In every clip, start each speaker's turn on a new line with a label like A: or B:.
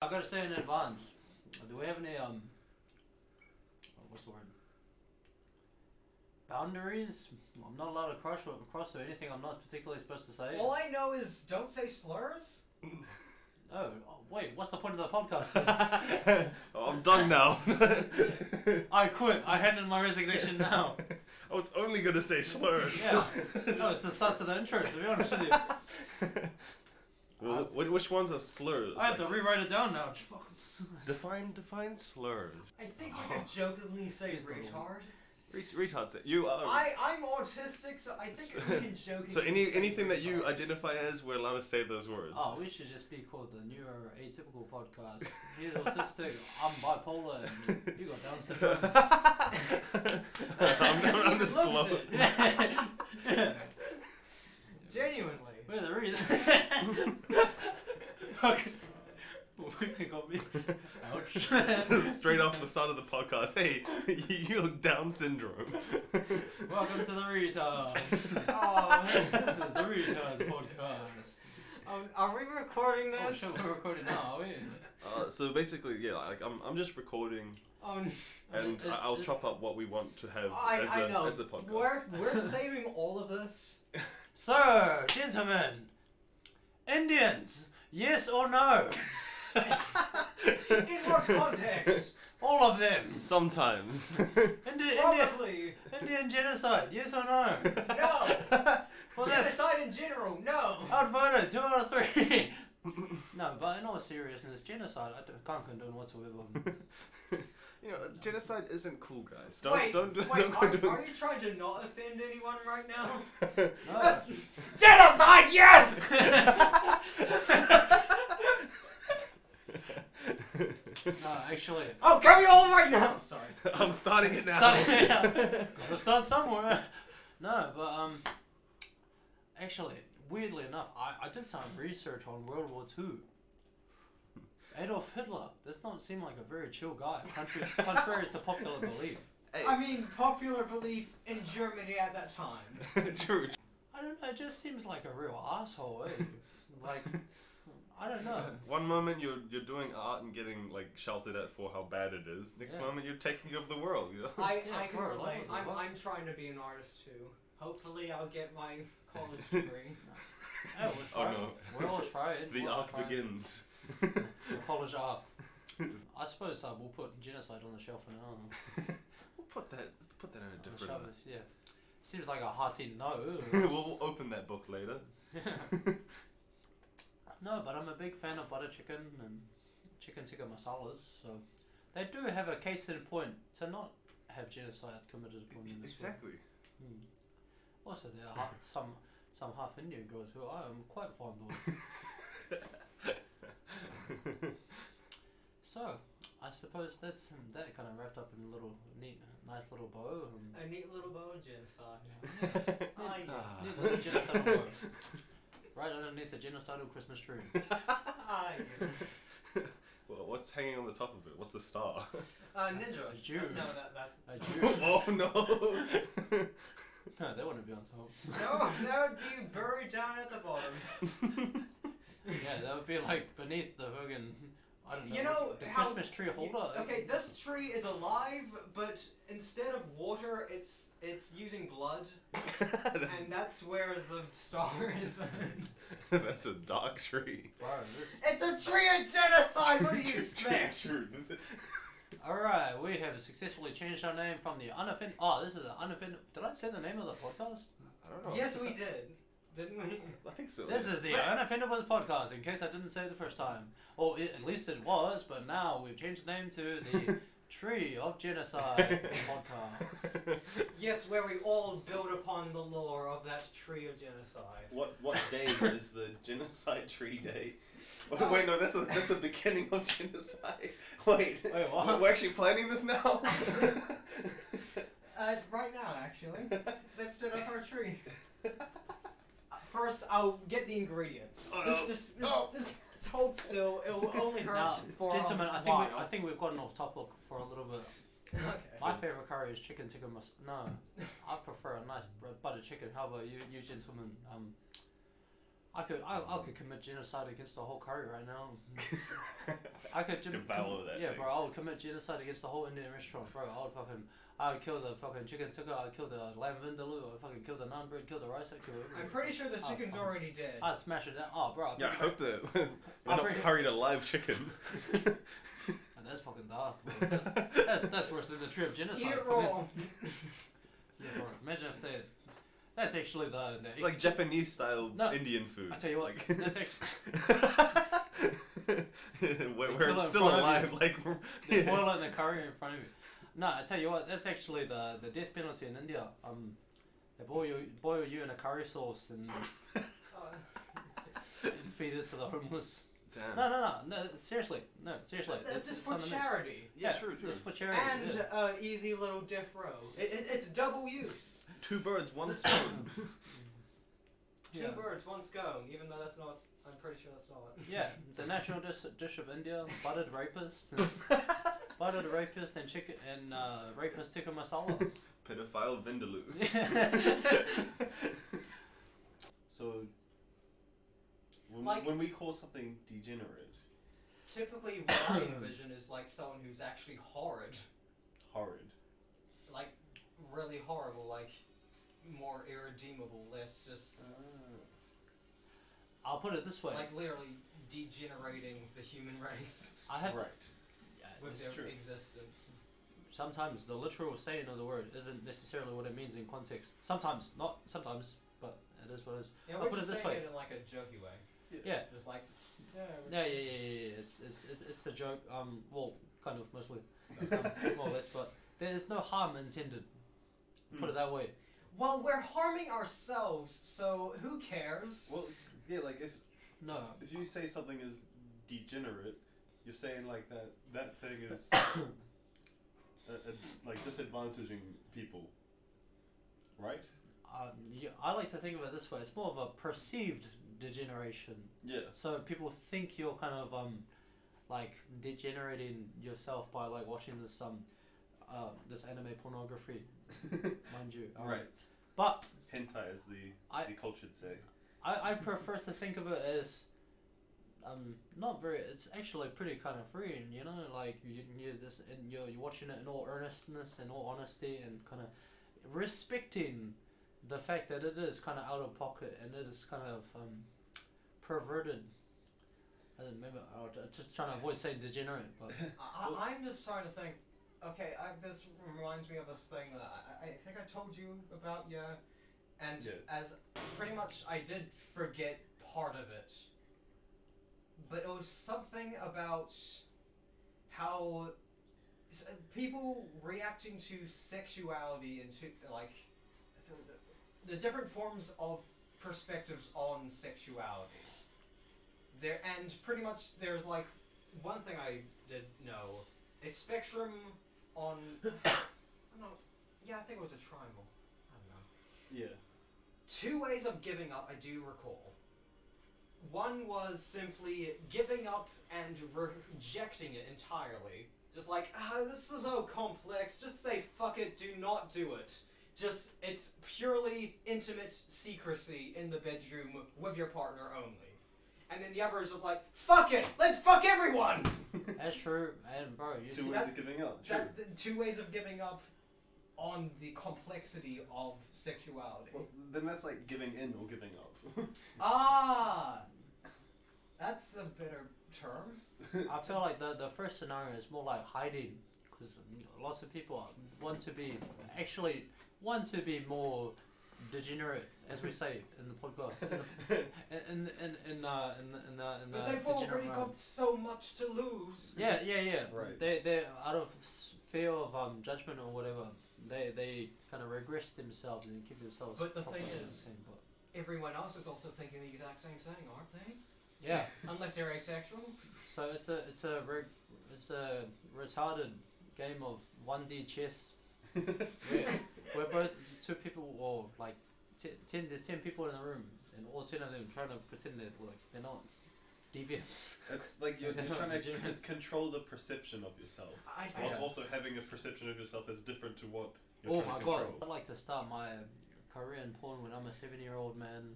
A: I gotta say in advance, do we have any um, oh, what's the word? Boundaries? I'm not allowed to cross or, cross or anything. I'm not particularly supposed to say.
B: All I know is don't say slurs.
A: Oh, oh, wait, what's the point of the podcast?
C: oh, I'm done now.
A: I quit. I hand in my resignation now.
C: I was only gonna say slurs.
A: Yeah. No, it's the start of the intro. To be honest with you,
C: Well, wh- which ones are slurs?
A: I have to
C: Like,
A: rewrite it down now.
C: define define slurs.
B: I think we
C: Oh.
B: could jokingly say
A: Here's the one.
B: retard.
C: Re- retards. You
A: uh,
C: are.
B: I I'm autistic, so I think we can jokingly.
C: Oh. so any
B: say
C: anything that you
B: retard.
C: identify as, we're allowed to say those words.
A: Oh, we should just be called the Neuro Atypical Podcast. He's autistic. I'm bipolar. And you got Down syndrome.
C: I'm, I'm just
B: Loves
C: slow.
B: it. Genuinely.
A: We're the reason. Fuck. They got me. Ouch.
C: Straight off the side of the podcast. Hey, you, you look Down syndrome.
A: Welcome to the Retards.
B: Oh,
A: this is the Retards Podcast.
B: um, are we recording
A: Oh,
B: this?
A: shit, we're recording now, are we?
C: Uh, so basically, yeah, like I'm, I'm just recording,
B: Oh, n-
C: and
A: It's-
C: I- I'll
A: it-
C: chop up what we want to have
B: I,
C: as, the,
B: I know.
C: as the podcast.
B: We're we're saving all of this.
A: Sir, gentlemen, Indians, yes or no?
B: In what context?
A: All of them.
C: Sometimes.
A: Indi- Indian,
B: Probably
A: Indian genocide, yes or no?
B: no.
A: Well, that's
B: Genocide in general, no.
A: outvoted, two out of three. no, but in all seriousness, genocide, I don't- can't condone whatsoever.
C: You know, genocide isn't cool, guys. Don't
B: wait,
C: don't do-
B: wait,
C: don't go
B: are,
C: doing-
B: are you trying to not offend anyone right now?
A: No.
B: Genocide, yes.
A: No, actually.
B: Oh, can we all right now? Sorry.
C: I'm starting it now.
A: Start, gotta start somewhere. No, but um, actually, weirdly enough, I, I did some research on World War Two. Adolf Hitler does not seem like a very chill guy, contrary, contrary to popular belief.
C: Hey.
B: I mean, popular belief in Germany at that time.
C: True.
A: I don't know, it just seems like a real asshole, eh? Like, I don't know.
C: One moment you're you're doing art and getting like shouted at for how bad it is. Next
A: Yeah.
C: moment you're taking over the world. You know.
B: I,
A: Yeah,
B: I can
A: bro,
B: relate.
A: like,
B: I'm,
A: what?
B: I'm trying to be an artist too. Hopefully, I'll get my college degree.
A: Hey, we'll try.
C: Oh, no.
A: We're all trying.
C: The
A: we're all
C: arc
A: trying.
C: begins.
A: We'll polish up. I suppose uh, we'll put genocide on the shelf for now.
C: We'll put that put that in a
A: On the
C: different.
A: shelf, yeah. Seems like a hearty no.
C: we'll, we'll open that book later.
A: No, but I'm a big fan of butter chicken and chicken tikka masalas, so they do have a case in point to not have genocide committed upon them. as well.
C: Exactly.
A: Also, there are half, some some half Indian girls who I am quite fond of. so, I suppose that's that kind of wrapped up in a little neat, nice little bow. And,
B: A neat little bow in genocide. I,
C: Ah.
A: neat little genocidal bow. Right underneath the genocidal Christmas tree.
B: I,
C: Well, what's hanging on the top of it? What's the star?
B: uh, ninja.
A: A Jew.
B: No, that, that's
A: A Jew.
C: oh no!
A: No, they want to be on top.
B: no. That would be buried down at the bottom.
A: Yeah, that would be like beneath the Hogan. I don't know.
B: You know
A: the
B: how-
A: Christmas tree holder.
B: Okay, this tree is alive, but instead of water, it's it's using blood,
C: that's,
B: and that's where the star is.
C: that's a dark tree.
A: Bro, this-
B: it's a tree of genocide. What do you
C: True,
B: expect?
C: true, true.
A: All right, we have successfully changed our name from the unoffend. Oh, this is the unoffend. Did I say the name of the podcast?
C: I don't know.
B: yes,
C: Is
B: we
C: that-
B: did, didn't we?
C: I think so.
A: This is the unoffendable podcast. In case I didn't say it the first time, or it, at least it was, but now we've changed the name to the Tree of Genocide podcast.
B: Yes, where we all build upon the lore of that tree of genocide.
C: What what day is the genocide tree day? Wait, wait, no, that's the, that's the beginning of genocide. Wait,
A: Wait, what?
C: we're actually planning this now.
B: Uh, right now, actually, let's set up our tree. Uh, First, I'll get the ingredients.
C: Oh,
B: Just,
C: no.
B: just, just,
C: No.
B: just hold still. It will only hurt
A: Now,
B: for
A: gentlemen,
B: a
A: I think
B: while.
A: we, I think we've gotten off topic for a little bit.
B: okay.
A: My favorite curry is chicken tikka mas. No, I prefer a nice br- butter chicken. How about you, you gentlemen? Um, I could I, I could commit genocide against the whole curry right now. I could gen-
C: Devour
A: com-
C: that
A: Yeah,
C: thing.
A: bro, I would commit genocide against the whole Indian restaurant, bro. I would fucking I would kill the fucking chicken tikka, I would kill the lamb vindaloo, I would fucking kill the naan bread, kill the rice, I'd kill everything.
B: I'm pretty sure the
A: Oh,
B: chicken's
A: fuck.
B: already dead.
A: I'd smash it down. Oh, bro. I'd
D: Yeah, I
A: pick it
D: hope that they're
A: I'll
D: not
A: bring it-
D: curried a live chicken.
A: up. That's fucking dark, bro. That's, that's, that's worse than the tree of genocide.
B: Eat it
A: for me.
B: raw.
A: Yeah, bro. Imagine if they. That's actually the. the ex-
D: like Japanese style
A: No,
D: Indian food.
A: I tell you what,
D: like,
A: that's actually.
D: where,
A: They
D: where
A: kill it
D: it's
A: in
D: still
A: front of
D: alive, like
A: They
D: yeah.
A: boil it in the curry in front of you. No, I tell you what, that's actually the the death penalty in India. Um, they boil you boil you in a curry sauce and, and feed it to the homeless.
D: Damn.
A: No, no, no, no. Seriously, no, seriously. it's-
B: That's
A: it's
B: just for
A: something that's-
B: charity.
D: Yeah, true, true.
A: It's for charity.
B: And
A: yeah.
B: uh, easy little death row. It, it, it's double use.
D: Two birds, one stone.
B: Two
A: Yeah.
B: birds, one scone. Even though that's not, I'm pretty sure that's not.
A: Yeah, the national dish, dish of India, buttered rapist, buttered rapist, and chicken and uh, rapist tikka masala.
D: Pedophile Vindaloo.
C: So, when,
B: Like-
C: when we call something degenerate,
B: Typically, what I envision is like someone who's actually horrid,
C: horrid,
B: like really horrible, like more irredeemable, less just
A: I'll put it this way.
B: like literally degenerating the human race
A: I have.
C: right,
A: Yeah,
B: with
A: it's
B: their
C: true.
B: existence.
A: sometimes the literal saying of the word isn't necessarily what it means in context. Sometimes, not sometimes, but it is what it is.
B: Yeah,
A: I'll
B: we're
A: put it
B: just
A: this
B: saying
A: way.
B: it in like a jokey way.
A: Yeah,
B: Just like, yeah,
A: yeah,
B: we're-
A: yeah, yeah, yeah. yeah. It's, it's, it's, it's a joke. Um, well, kind of mostly, um, more or less. But there's no harm intended.
B: Hmm.
A: Put it that way.
B: Well, we're harming ourselves, so who cares?
C: Well, yeah, like if
A: No,
C: if you say something is degenerate, you're saying like that that thing is uh, uh, like disadvantaging people, right?
A: um, yeah, I like to think of it this way. It's more of a perceived degeneration.
C: Yeah.
A: So people think you're kind of um, like degenerating yourself by like watching this um, uh, this anime pornography, mind you. Um,
C: Right.
A: But
C: Hentai, as the
A: I-
C: the cultured say.
A: I, I prefer to think of it as um not very it's actually pretty kind of freeing you know like you you this and you're, you're watching it in all earnestness and all honesty and kind of respecting the fact that it is kind of out of pocket and it is kind of um perverted I don't remember I was just trying to avoid saying degenerate but
B: I, I, I'm just trying to think. Okay, I, this reminds me of this thing that I, I I think I told you about, yeah. And
C: Yeah.
B: as pretty much I did forget part of it, but it was something about how s- uh, people reacting to sexuality and to like the, the different forms of perspectives on sexuality. There and pretty much there's like one thing I did know a spectrum on. I don't know. Yeah, I think it was a triangle. I don't know.
C: Yeah.
B: Two ways of giving up, I do recall. One was simply giving up and re- rejecting it entirely. Just like, ah, this is so complex, just say fuck it, do not do it. Just, it's purely intimate secrecy in the bedroom with your partner only. And then the other is just like, fuck it, let's fuck everyone!
A: that's true and bro you
C: Two
A: see-
C: ways of giving out. True.
B: That, the two ways of giving up on the complexity of sexuality.
C: Well, then that's like giving in or giving up.
B: Ah, that's a better term.
A: I feel like the, the first scenario is more like hiding because lots of people want to be actually want to be more degenerate, as we say in the podcast. In in in in uh, in the, in the, in the
B: But they've
A: degenerate
B: already
A: realm.
B: got so much to lose.
A: Yeah, yeah, yeah.
C: Right.
A: They they out of s- fear of um judgment or whatever. They they kind of regress themselves and keep themselves.
B: But the thing
A: properly
B: is-
A: maintained, but-
B: Everyone else is also thinking the exact same thing, aren't they?
A: yeah.
B: Unless they're asexual.
A: So it's a it's a re- it's a retarded game of one D chess. where, where both two people or like t- ten there's ten people in the room and all ten of them trying to pretend they're like they're not deviants.
C: It's like you're,
A: They're
C: you're
A: not
C: trying to con-
A: legitimate.
C: control the perception of yourself,
B: I, I
C: whilst
A: Yeah.
C: also having a perception of yourself that's different to what you're
A: oh
C: trying
A: my
C: to
A: god!
C: control.
A: I'd like to start my career in porn when I'm a seven year old man.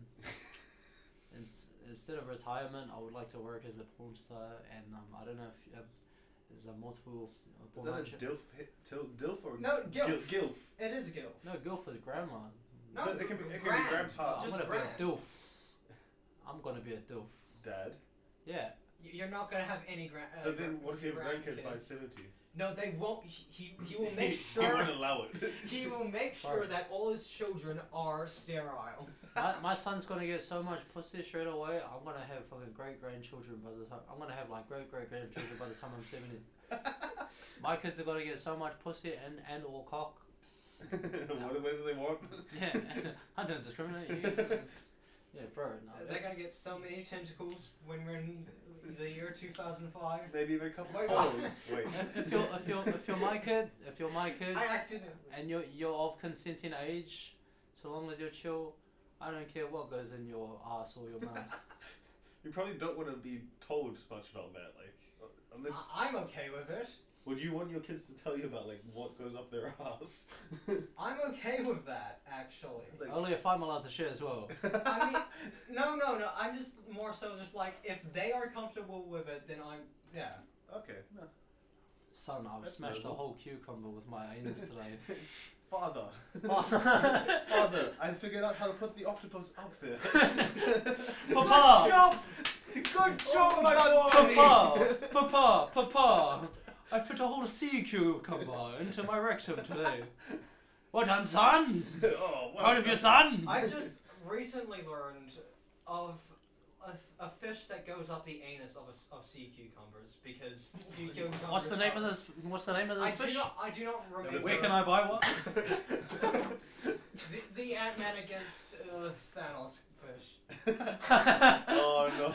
A: ins- instead of retirement, I would like to work as a porn star, and um, I don't know if uh, there's a multiple. Uh,
C: Is
A: porn
C: that a
A: actress-
C: dilf? hit- Til, dilf or
B: No,
C: Gil-
B: gilf.
C: Gilf.
B: It is a gilf.
A: No, go for the grandma.
B: No,
C: it can be. It can
B: grand.
C: be grandpa,
A: I'm
B: Just
A: gonna
B: grand.
A: be a dilf. I'm gonna be a dilf.
C: dad.
A: Yeah.
B: Y- You're not gonna have any grand. Uh,
C: But then, what if you have grandkids by
B: grandkids.
C: seventy?
B: No, they won't. He he, he will make
C: He
B: sure.
C: won't allow it.
B: He will make sure
A: Alright.
B: that all his children are sterile.
A: my, my son's gonna get so much pussy straight away. I'm gonna have fucking great grandchildren by the time. I'm gonna have like great great grandchildren by the time I'm seventy. My kids are gonna get so much pussy and and or cock.
C: what, what do they want?
A: Yeah, I don't discriminate. You- Yeah, bro. No,
B: They're gonna get so many tentacles when we're in the year 2005.
C: Maybe even a couple
B: Wait, what?
C: holes. Wait.
A: if, if you're if you're if you're my kid, if you're my kids,
B: I accidentally.
A: and you're you're of consenting age, so long as you're chill, I don't care what goes in your ass or your mouth.
C: You probably don't want to be told much about that, like uh, unless.
B: I- I'm okay with it.
C: Would you want your kids to tell you about like what goes up their ass?
B: I'm okay with that, actually.
A: Only if I'm allowed to share as well.
B: Oh. I mean, no, no, no. I'm just more so just like if they are comfortable with it, then I'm yeah.
C: okay. No.
A: Son, I've
C: That's
A: smashed
C: noble.
A: a whole cucumber with my anus today.
C: Father.
A: Father.
C: Father, I figured out how to put the octopus up there.
A: Papa.
B: Good job, good job,
C: Oh
B: my
C: my
B: boy.
A: Papa, papa, papa! I put a whole sea cucumber into my rectum today. Well done, son!
C: oh, wow.
A: Proud of your son!
B: I've just recently learned of a, a fish that goes up the anus of, a s of sea cucumbers because sea cucumbers.
A: What's the name of
B: are-
A: this? What's the name of
B: I
A: this
B: do
A: fish?
B: not. I do not remember.
A: Where can I buy one?
B: The, the Ant Man against uh, Thanos fish.
C: oh no.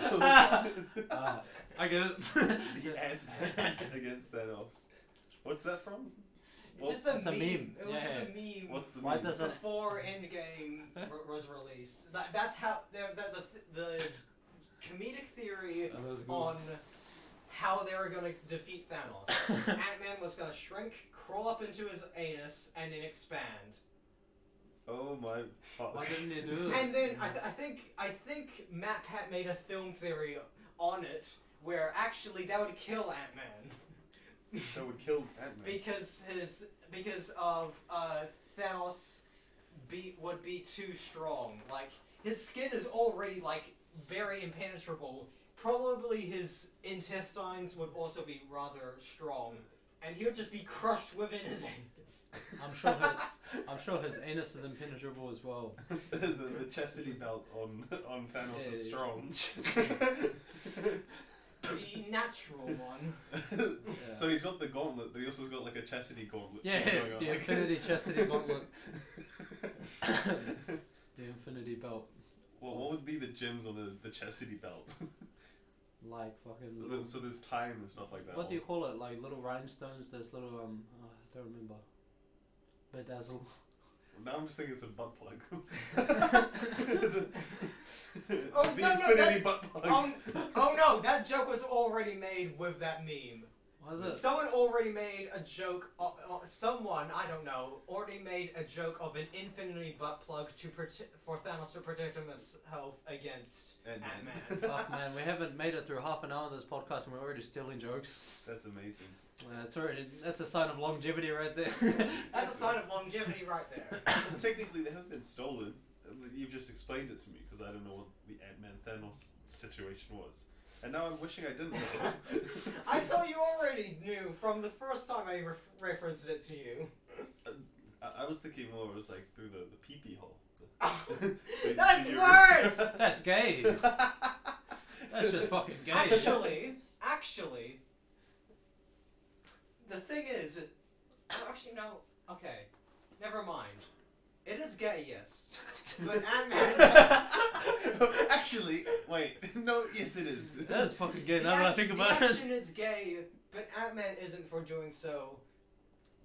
A: Ah, I get it.
C: the Ant-Man against Thanos. What's that from?
B: It's
C: Well,
B: just a
A: that's a
B: meme.
A: meme.
B: It was
A: Yeah,
B: just a meme.
C: What's the
A: Why
C: meme?
A: does it-
B: before Endgame r- was released. That, that's how the the, the, the comedic theory
A: That was good.
B: on how they were gonna defeat Thanos. Ant Man was gonna shrink, crawl up into his anus, and then expand.
C: Oh my fuck.
A: Why didn't they do it?
B: And then I, th- I think I think Matt Pat made a film theory on it where actually that would kill Ant Man
C: That would kill Ant-Man.
B: because his because of uh, Thanos be would be too strong. Like his skin is already like very impenetrable. Probably his intestines would also be rather strong, and he would just be crushed within his anus.
A: I'm sure. His, I'm sure his anus is impenetrable as well.
C: the, the chastity belt on on Thanos
A: Yeah.
C: is strong.
B: The natural one.
A: Yeah.
C: So he's got the gauntlet, but he also got like a chastity gauntlet.
A: Yeah,
C: going on,
A: the
C: like-
A: Infinity Chastity Gauntlet. the infinity belt,
C: What, what would be the gems on the, the chastity belt?
A: like fucking.
C: so, there's- so there's time and stuff like that.
A: What do you call it? Like little rhinestones? Those little um, oh, I don't remember. Bedazzle.
C: Now I'm just thinking it's a butt plug.
B: Oh,
C: the
B: no, no,
C: infinity
B: that-
C: butt plug.
B: Oh, n- oh no, that joke was already made with that meme.
A: What is it?
B: Someone already made a joke. o o- someone I don't know already made a joke of an infinity butt plug to prote- for Thanos to protect him his health against
C: Ant-Man.
B: Ant-Man.
A: Fuck man, we haven't made it through half an hour of this podcast and we're already stealing jokes.
C: That's amazing.
A: Uh, it's already that's a sign of longevity right there.
B: That's a sign of longevity right there.
C: Well, technically, they haven't been stolen. You've just explained it to me because I don't know what the Ant Man Thanos situation was. And now I'm wishing I didn't know.
B: I thought you already knew from the first time I ref- referenced it to you.
C: I, I was thinking more, it was like through the, the pee pee hole.
B: That's worse.
A: That's gay. That's just fucking gay.
B: Actually, actually, the thing is, well, actually no. Okay, never mind. It is gay, yes, but Ant-Man.
C: Actually, wait. No, yes, it is.
A: That is fucking gay now that I
B: act-
A: think
B: the
A: about it.
B: action is gay, but Ant Man isn't for doing so.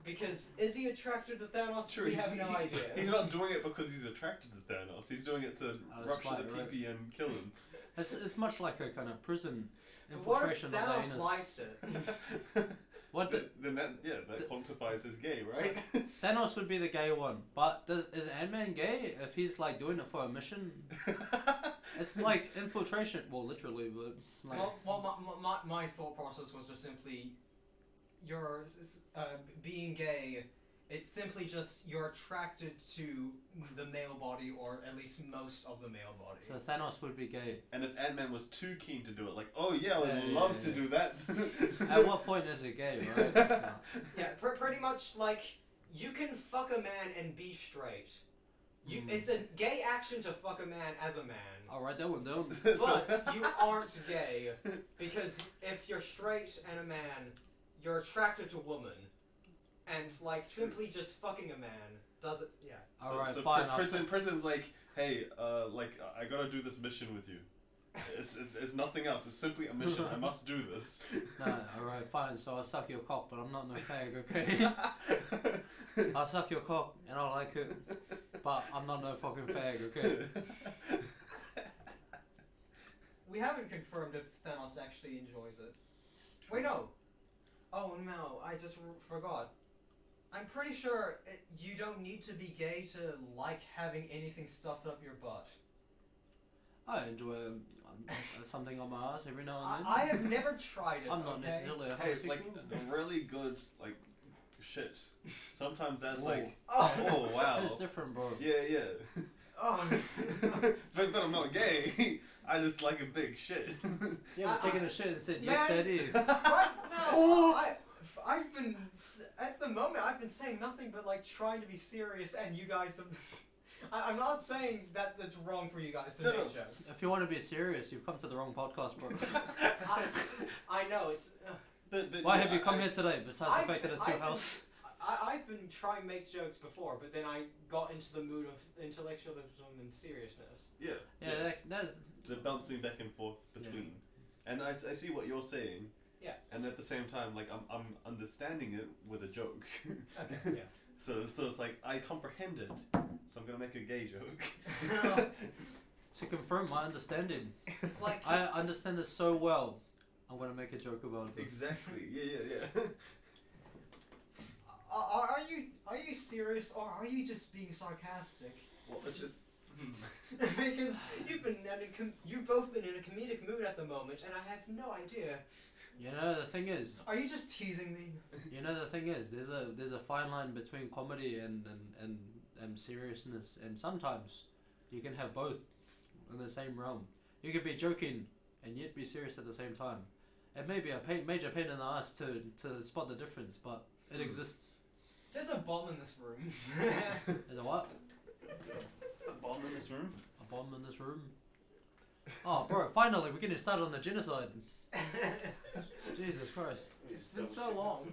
B: Because is he attracted to Thanos?
C: True,
B: we
C: he's-
B: have no
C: he-
B: idea.
C: He's not doing it because he's attracted to Thanos. He's doing it to
A: Oh,
C: rupture
A: spite,
C: the
A: right.
C: pee pee and kill him.
A: It's, it's much like a kind of prison
B: What if
A: infiltration of the
B: Thanos
A: anus.
B: likes it?
A: What What
C: Th-
A: the,
C: then that yeah that
A: th-
C: quantifies as gay, right?
A: Thanos would be the gay one, but does is Ant Man gay if he's like doing it for a mission? It's like infiltration. Well, literally, but like,
B: well, well my, my, my thought process was just simply you're s- s- uh, being gay it's simply just you're attracted to the male body or at least most of the male body
A: so Thanos would be gay.
C: and if Ant Man was too keen to do it, like oh yeah, I would
A: Yeah, yeah,
C: love
A: yeah,
C: to
A: yeah.
C: do that.
A: At what point is it gay, right? No.
B: yeah pr- pretty much like you can fuck a man and be straight you,
A: Mm.
B: it's a gay action to fuck a man as a man
A: I'll write that one down.
C: So-
B: but you aren't gay because if you're straight and a man, you're attracted to woman, and like simply just fucking a man doesn't. Yeah.
C: So-
A: All right,
C: so
A: fine.
C: per-
A: I'll
C: Prison, prison's like, hey, uh, like I gotta do this mission with you. It's it, it's nothing else. It's simply a mission. I must do this.
A: No, alright, fine. So I'll suck your cock, but I'm not no fag, okay? I'll suck your cock and I like it, but I'm not no fucking fag, okay?
B: We haven't confirmed if Thanos actually enjoys it. Wait, no. Oh no, I just r- forgot. I'm pretty sure it, you don't need to be gay to like having anything stuffed up your butt.
A: I enjoy um, um, something on my ass every now and then.
B: I, I have never tried it.
A: I'm not
B: okay?
A: necessarily a
C: hey,
A: homosexual.
C: like really good, like shit. Sometimes that's
A: Whoa.
C: like,
B: Oh,
C: oh wow,
A: It's different, bro.
C: yeah, yeah.
B: oh.
C: but but I'm not gay. I just like a big shit.
A: Yeah, we're
B: I-
A: taking a shit and said,
B: Man.
A: yes, daddy.
B: What? No. I, I've been s- at the moment. I've been saying nothing but like trying to be serious, and you guys. Have, I, I'm not saying that that's wrong for you guys to
C: No,
B: make
C: no.
B: jokes.
A: If you want to be serious, you've come to the wrong podcast, bro.
B: I, I know it's. Uh,
C: but, but
A: Why
C: yeah,
A: have you come
C: I-
A: here today besides
B: I've
A: the fact
B: been-
A: that it's your
B: I've been-
A: house?
B: I, I've been trying to make jokes before, but then I got into the mood of intellectualism and seriousness.
C: Yeah,
A: Yeah, that- that's.
C: the bouncing back and forth between. And I, s- I see what you're saying.
B: Yeah.
C: And at the same time, like I'm, I'm understanding it with a joke.
B: Okay. Yeah.
C: so so it's like I comprehend it. So I'm gonna make a gay joke.
B: No.
A: To confirm my understanding,
B: It's like.
A: I understand this so well. I'm gonna make a joke about it.
C: exactly. Yeah yeah yeah.
B: Are, are you are you serious or are you just being sarcastic?
C: well, it's, hmm. it's-
B: because you've been in a com- you've both been in a comedic mood at the moment, and I have no idea.
A: You know the thing is,
B: Are you just teasing me?
A: you know the thing is, there's a there's a fine line between comedy and and and, and seriousness, and sometimes you can have both in the same realm. You could be joking and yet be serious at the same time. It may be a pain, major pain in the ass to to spot the difference, but it
C: Hmm.
A: exists.
B: There's a bomb in this room.
A: Is a what?
C: the bomb in this room.
A: A bomb in this room. Oh, bro! Finally, we're getting started on the genocide. Jesus Christ.
C: It's
B: been so long.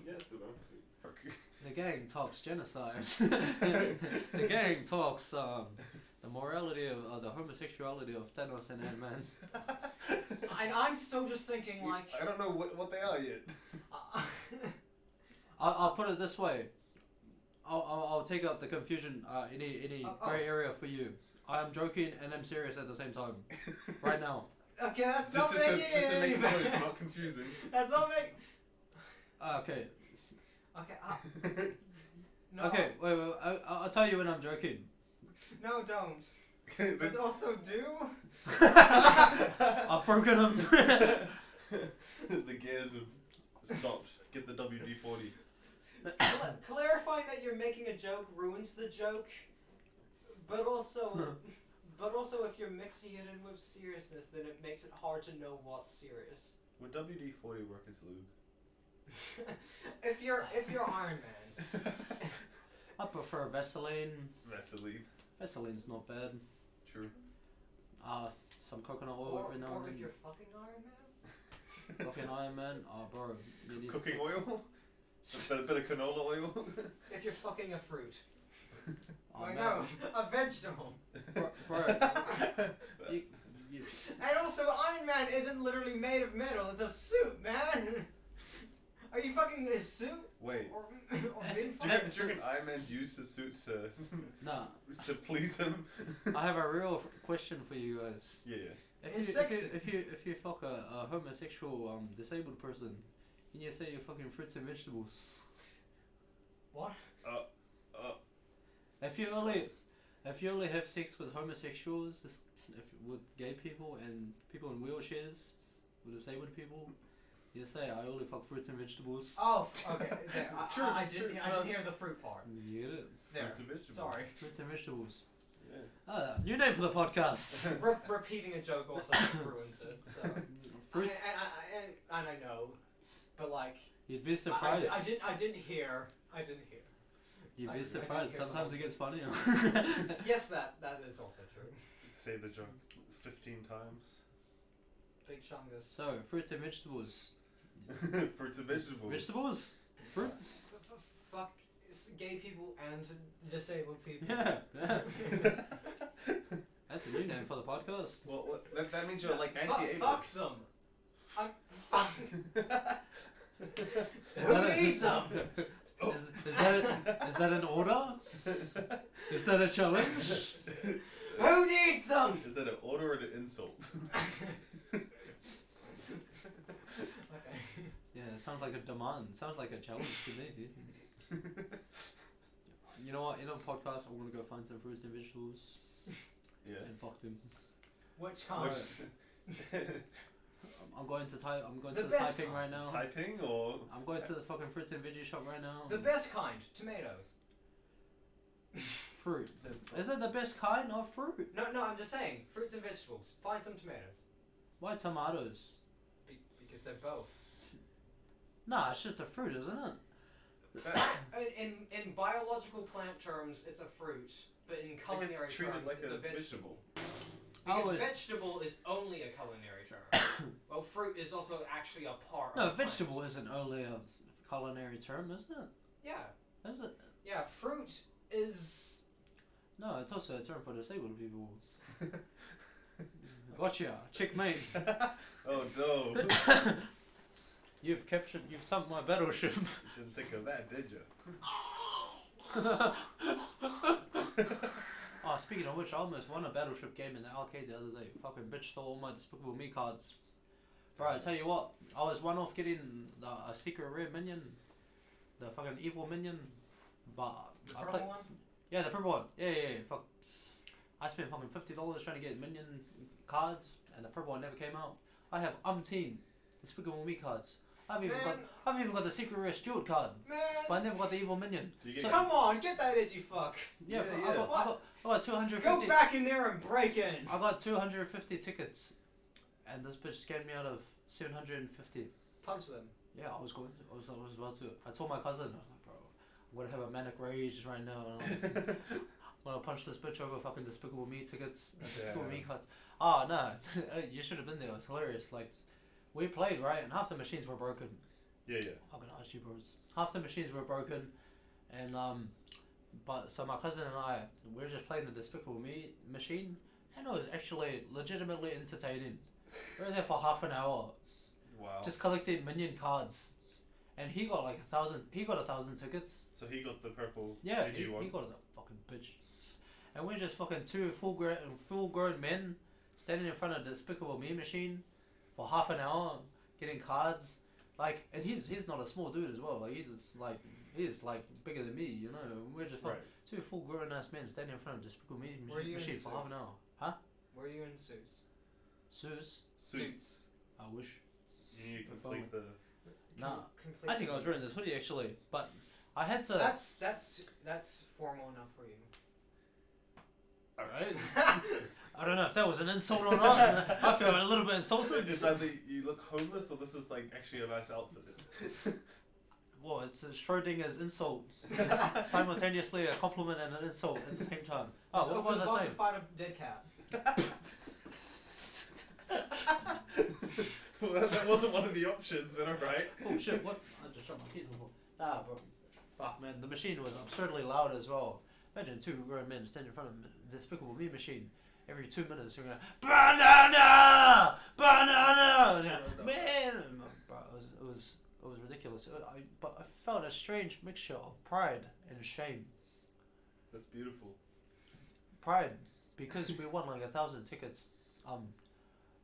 A: The gang talks genocide. the gang talks um, the morality of uh, the homosexuality of Thanos and Ant Man.
B: and I'm still just thinking like,
C: I don't know what, what they are yet.
A: I'll, I'll put it this way. I'll, I'll, I'll take out the confusion. Uh, any any
B: Oh, oh.
A: gray area for you. I am joking and I'm serious at the same time. Right now.
B: okay, that's
C: Just,
B: not
C: just, to,
B: making
C: just to
B: it any
C: make noise,
B: better.
C: not confusing.
B: That's not making.
A: Uh, okay.
B: Okay. Uh, no.
A: Okay. Wait. Wait. I, I'll- I'll tell you when I'm joking.
B: No, don't. But
C: But-
B: also do.
A: I've broken them.
C: the gears have stopped. Get the WD forty.
B: Cla- clarifying that you're making a joke ruins the joke, but also, but also if you're mixing it in with seriousness, then it makes it hard to know what's serious.
C: Would WD forty work as lube?
B: if you're if you're Iron Man,
A: I prefer Vaseline.
C: Vaseline.
A: Vaseline's not bad.
C: True.
A: Uh, some coconut oil
B: or,
A: every now
B: or
A: and
B: if
A: then.
B: you're fucking Iron Man,
A: Fucking Iron Man. Oh, bro. You need
C: Cooking oil. A bit, a bit of canola oil.
B: if you're fucking a fruit,
A: Oh,
B: or
A: man.
B: no, a vegetable,
A: Bro, bro. you, you,
B: and also Iron Man isn't literally made of metal; it's a suit, man. Are you fucking a suit
C: Wait.
B: or or been
C: Do you,
B: fucking?
C: reckon- do you reckon Iron Man's used his suits to
A: nah,
C: to please him?
A: I have a real f- question for you guys.
C: yeah.
A: If
B: It's
A: you, if you
B: sexy.
A: if you if you fuck a, a homosexual um disabled person, Can you say your fucking fruits and vegetables?
B: What?
D: Uh,
A: If you only, if you only have sex with homosexuals, if with gay people and people in wheelchairs, with disabled people, you say I only fuck fruits and vegetables.
B: Oh, okay. There. I,
C: True,
B: I, I didn't.
C: true,
B: I didn't
C: that's-
B: hear the fruit part.
A: You get it?
B: There.
C: Fruits and vegetables.
B: Sorry.
A: Fruits and vegetables.
C: Yeah.
A: Ah, new name for the podcast.
B: Re- repeating a joke also ruins it. So. I, I,
A: fruits.
B: I, I, and I know, but like,
A: You'd be
B: I, I,
A: surprised.
B: di- I didn't. I didn't hear. I didn't hear.
A: You'd
B: I
A: be
B: didn't- I didn't
A: surprised.
B: hear the
A: Sometimes it
B: whole
A: gets funnier.
B: Yes, that that is also true.
C: Say the joke 15 times.
B: Big chungus.
A: so fruits and vegetables.
C: Fruits and vegetables.
A: Vegetables. Fruit.
B: F- f- fuck s- gay people and disabled people.
A: Yeah. yeah. That's a new name for the podcast.
D: well, what, that, that means you're like
B: Fu-
D: anti-ableist.
B: Fuck them. I'm fuck.
A: Is
B: Who
A: that a-
B: needs them?
A: Is, is that is that an order? Is that a challenge?
B: Who needs them?
C: Is that an order or an insult?
B: Okay.
A: Yeah, it sounds like a demand. sounds like a challenge to me. You know what? In a podcast, I'm gonna go find some fruits and vegetables
C: Yeah.
A: and fuck them.
B: Which kind?
A: Alright. I'm- I'm going to Thai. I'm going
B: The
A: to the
B: best
A: typing right now.
C: Typing or
A: I'm going to the fucking fruits and veggie shop right now.
B: The best kind. Tomatoes.
A: fruit. Is it the best kind of fruit?
B: No, no. I'm just saying. Fruits and vegetables. Find some tomatoes.
A: Why tomatoes?
B: Be- because they're both.
A: Nah, it's just a fruit, isn't it?
B: In- In in biological plant terms, it's a fruit, but in culinary
C: it's treated
B: terms,
C: like
B: it's
C: a
B: a vegetable.
C: vegetable.
B: Because
A: Oh, it's-
B: vegetable is only a culinary term. well, fruit is also actually a part.
A: No,
B: of the
A: vegetable
B: plant.
A: isn't only a culinary term, isn't it?
B: Yeah,
A: Is it?
B: yeah. Fruit is.
A: No, it's also a term for disabled people. Gotcha. Checkmate.
C: oh no! You
A: You've captured. You've sunk my battleship.
C: didn't think of that, did you?
A: Oh, speaking of which, I almost won a battleship game in the arcade the other day. Fucking bitch stole all my Despicable Me cards. Right, I tell you what, I was one off getting the, a secret rare minion, the fucking evil minion, but
B: The
A: I
B: purple
A: played.
B: one.
A: Yeah, the purple one. Yeah, yeah, yeah. Fuck. I spent fucking fifty dollars trying to get minion cards, and the purple one never came out. I have umpteen Despicable Me cards. I've even got.
B: Man.
A: I've even got the secret rare Stewart card,
B: Man,
A: but I never got the evil minion.
C: Do you get
A: So-
B: come on, get that edgy fuck.
A: Yeah,
C: Yeah,
A: but I
C: yeah.
A: got. I got, I got two hundred
B: Go
A: fifty.
B: back in there and break in.
A: I got 250 tickets, and this bitch scammed me out of 750.
B: Punch them.
A: Yeah, I was going. To, I was. I was about to. I told my cousin. I was like, bro, I'm gonna have a manic rage right now. And I'm, like, I'm gonna punch this bitch over fucking Despicable Me tickets, and Despicable Me
C: Yeah.
A: cards. Oh no, you should have been there. It was hilarious. Like, we played right, and half the machines were broken.
C: yeah, yeah.
A: I'm gonna ask you, bros. Half the machines were broken, and um, but so my cousin and I, we were just playing the Despicable Me machine, and it was actually legitimately entertaining. We were there for half an hour,
C: Wow.
A: just collecting minion cards, and he got like a thousand. He got a thousand tickets.
C: so he got the purple.
A: Yeah,
C: did
A: he,
C: you
A: he
C: want?
A: got the fucking bitch, and we're just fucking two full grown full grown men standing in front of the Despicable Me machine for half an hour getting cards. Like, and he's he's not a small dude as well. Like he's like he's like bigger than me, you know. and We're just like
C: Right.
A: two full grown ass men standing in front of Despicable Me mach-
B: Were you in
A: machine for half an
B: suits?
A: hour. Huh?
B: Were you in suits?
A: Suits?
C: Suits.
A: I wish.
C: You need to
A: If
C: complete the.
A: Nah.
B: Complete
A: I think I was wearing this hoodie actually, but I had to.
B: That's that's that's formal enough for you.
A: all right. I don't know if that was an insult or not. I feel a little bit
C: Also,
A: insulted.
C: it's either you look homeless or this is like actually a nice outfit.
A: Well, it's a Schrodinger's insult. It's simultaneously a compliment and an insult at the same time. Oh,
B: Just
A: what
B: open
A: was
B: the
A: I
B: box
A: saying?
B: and find a dead cat.
C: well, that wasn't one of the options, but alright.
A: Oh shit! What? I just dropped my keys on the floor. Ah, bro. Fuck, man. The machine was absurdly loud as well. Imagine two grown men standing in front of the Despicable Me machine. Every two minutes, they're gonna banana, banana. Man, bro, it was it was it was ridiculous. I, but I felt a strange mixture of pride and shame.
C: That's beautiful.
A: Pride, because we won like a thousand tickets. Um,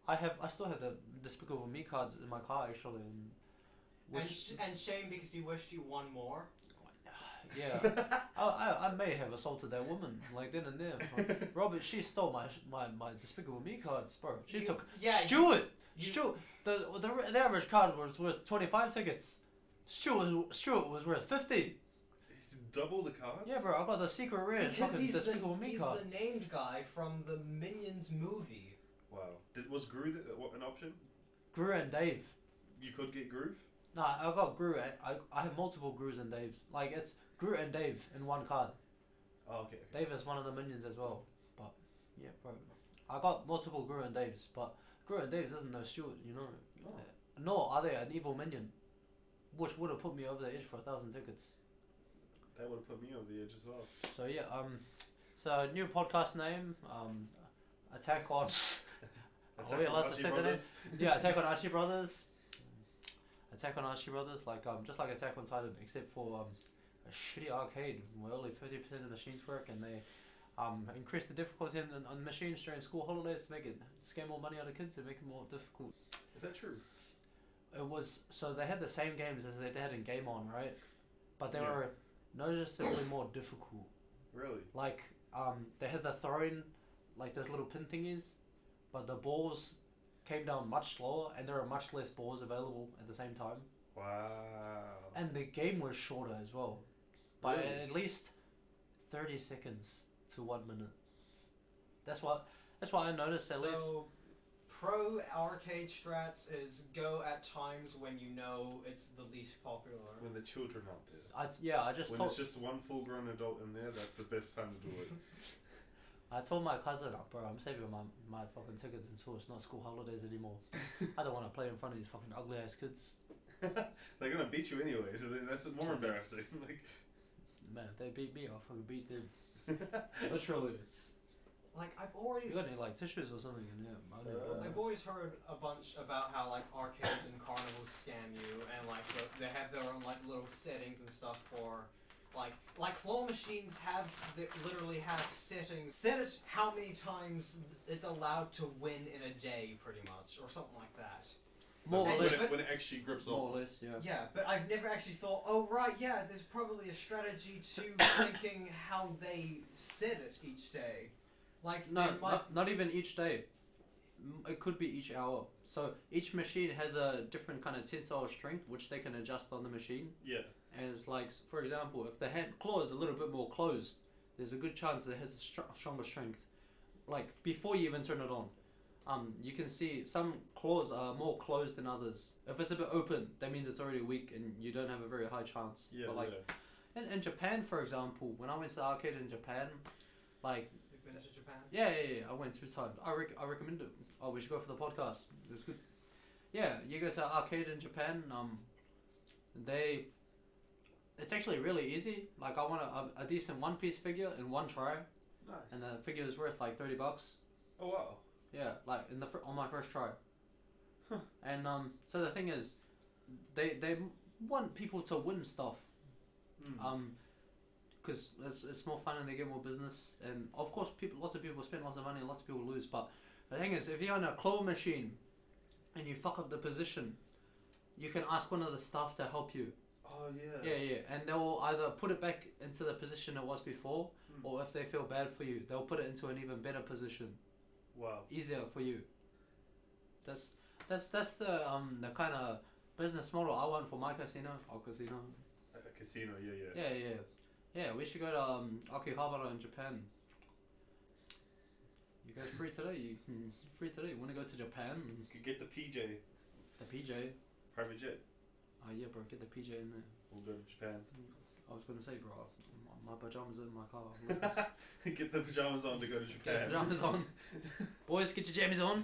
A: I have I still have the Despicable Me cards in my car actually, and
B: And,
A: Wish,
B: sh- and shame because you wished you won more.
A: yeah. I, I, I may have assaulted that woman like then and there. but Robert, she stole my my, my Despicable Me cards, bro. She
B: You-
A: took
B: yeah, you-
A: Stuart.
B: you-
A: Stuart, the, the the average card was worth twenty five tickets. Stuart was, Stuart was worth fifty.
C: He's double the cards.
A: Yeah, bro, I got the secret rare
B: Because
A: fucking
B: he's, the,
A: Despicable Me
B: he's
A: card.
B: the named guy from the Minions movie.
C: Wow. Did, was Gru the, uh, what, an option?
A: Gru and Dave.
C: You could get Groove.
A: Nah, I got Gru. and- I I have multiple Gru's and Daves. Like it's Gru and Dave in one card.
C: Oh, okay. okay.
A: Dave is one of the minions as well. But yeah, bro, I got multiple Gru and Daves, but Gru and Daves isn't no Stuart, you know.
C: Oh.
A: Nor are they an evil minion, which would have put me over the edge for a thousand tickets.
C: That would have put me over the edge as well.
A: So yeah, um, so new podcast name, um, attack on Are we
C: Attack on
A: allowed to
C: Archie
A: say the
C: Brothers.
A: yeah, attack on Archie Brothers, attack on Archie Brothers, like um, just like Attack on Titan, except for um, a shitty arcade where only fifty percent of the machines work, and they um increase the difficulty on, on machines during school holidays to make it scam more money out of kids and make it more difficult.
C: Is that true?
A: It was so they had the same games as they had in Game On, right? But they
C: Yeah.
A: were noticeably more difficult.
C: Really?
A: like um, they had the throwing, like those little pin thingies, but the balls came down much slower, and there were much less balls available at the same time,
C: Wow.
A: and the game was shorter as well, by
C: Really?
A: at least thirty seconds to one minute. That's what that's what I noticed at least.
B: So, pro arcade strats is go at times when you know it's the least popular.
C: When the children out there.
A: I t- yeah, I just
C: When
A: told
C: there's just one full-grown adult in there, that's the best time to do it.
A: I told my cousin, "Oh, bro, I'm saving my my fucking tickets until it's not school holidays anymore. I don't want to play in front of these fucking ugly ass kids.
C: They're gonna beat you anyway, so then that's more embarrassing. Like,
A: Man, if they beat me. I'll fucking beat them. Literally.
B: Like I've already,
A: You got any like tissues or something in there? I don't
C: Uh,
A: know.
B: I've always heard a bunch about how like arcades and carnivals scam you, and like the, they have their own like little settings and stuff for. Like, like claw machines have that literally have settings. Set it how many times it's allowed to win in a day, pretty much, or something like that.
A: more
B: Hey,
A: or
C: when,
A: less.
B: but-
C: it, when it actually grips
A: More
C: on.
A: or less, yeah.
B: Yeah, but I've never actually thought, oh, right, yeah, there's probably a strategy to thinking how they said it each day. Like,
A: No,
B: they might,
A: not, not even each day. M- It could be each hour. So each machine has a different kind of tensile strength which they can adjust on the machine.
C: Yeah.
A: And it's like, s- for example, if the hand claw is a little bit more closed, there's a good chance it has a str- stronger strength. Like before you even turn it on, um, you can see some claws are more closed than others. If it's a bit open, that means it's already weak and you don't have a very high chance.
C: Yeah.
A: but like
C: yeah.
A: In, in Japan, for example, when I went to the arcade in Japan, like,
B: You've been to Japan.
A: yeah, yeah, yeah I went two times. I, rec- I recommend it. Oh, we should go for the podcast. It's good. Yeah, you go to the arcade in Japan, um, they. It's actually really easy. Like, I want a, a, a decent One Piece figure in one try,
C: Nice.
A: and the figure is worth like 30 bucks.
C: oh wow.
A: Yeah, like in the fir- on my first try. And um, so the thing is, they they want people to win stuff
C: Mm.
A: um because it's, it's more fun and they get more business and of course people lots of people spend lots of money and lots of people lose but the thing is if you're on a claw machine and you fuck up the position you can ask one of the staff to help you
C: oh yeah.
A: yeah yeah and they'll either put it back into the position it was before
C: Mm.
A: or if they feel bad for you they'll put it into an even better position
C: Wow.
A: easier for you that's that's that's the um the kind of business model i want for my casino our casino
C: A, a casino. Yeah, yeah.
A: yeah, yeah. Yeah, we should go to um, Akihabara in Japan. You guys free today? You you free today? You want to go to Japan?
C: You could get the PJ
A: The PJ?
C: private jet.
A: Oh, yeah, bro, get the PJ in there.
C: We'll go to Japan.
A: I was going to say, bro, my, my pajamas in my car. I'm gonna
C: get the pajamas on to go to
A: Get your
C: Japan.
A: pajamas on. Boys, get your jammies on.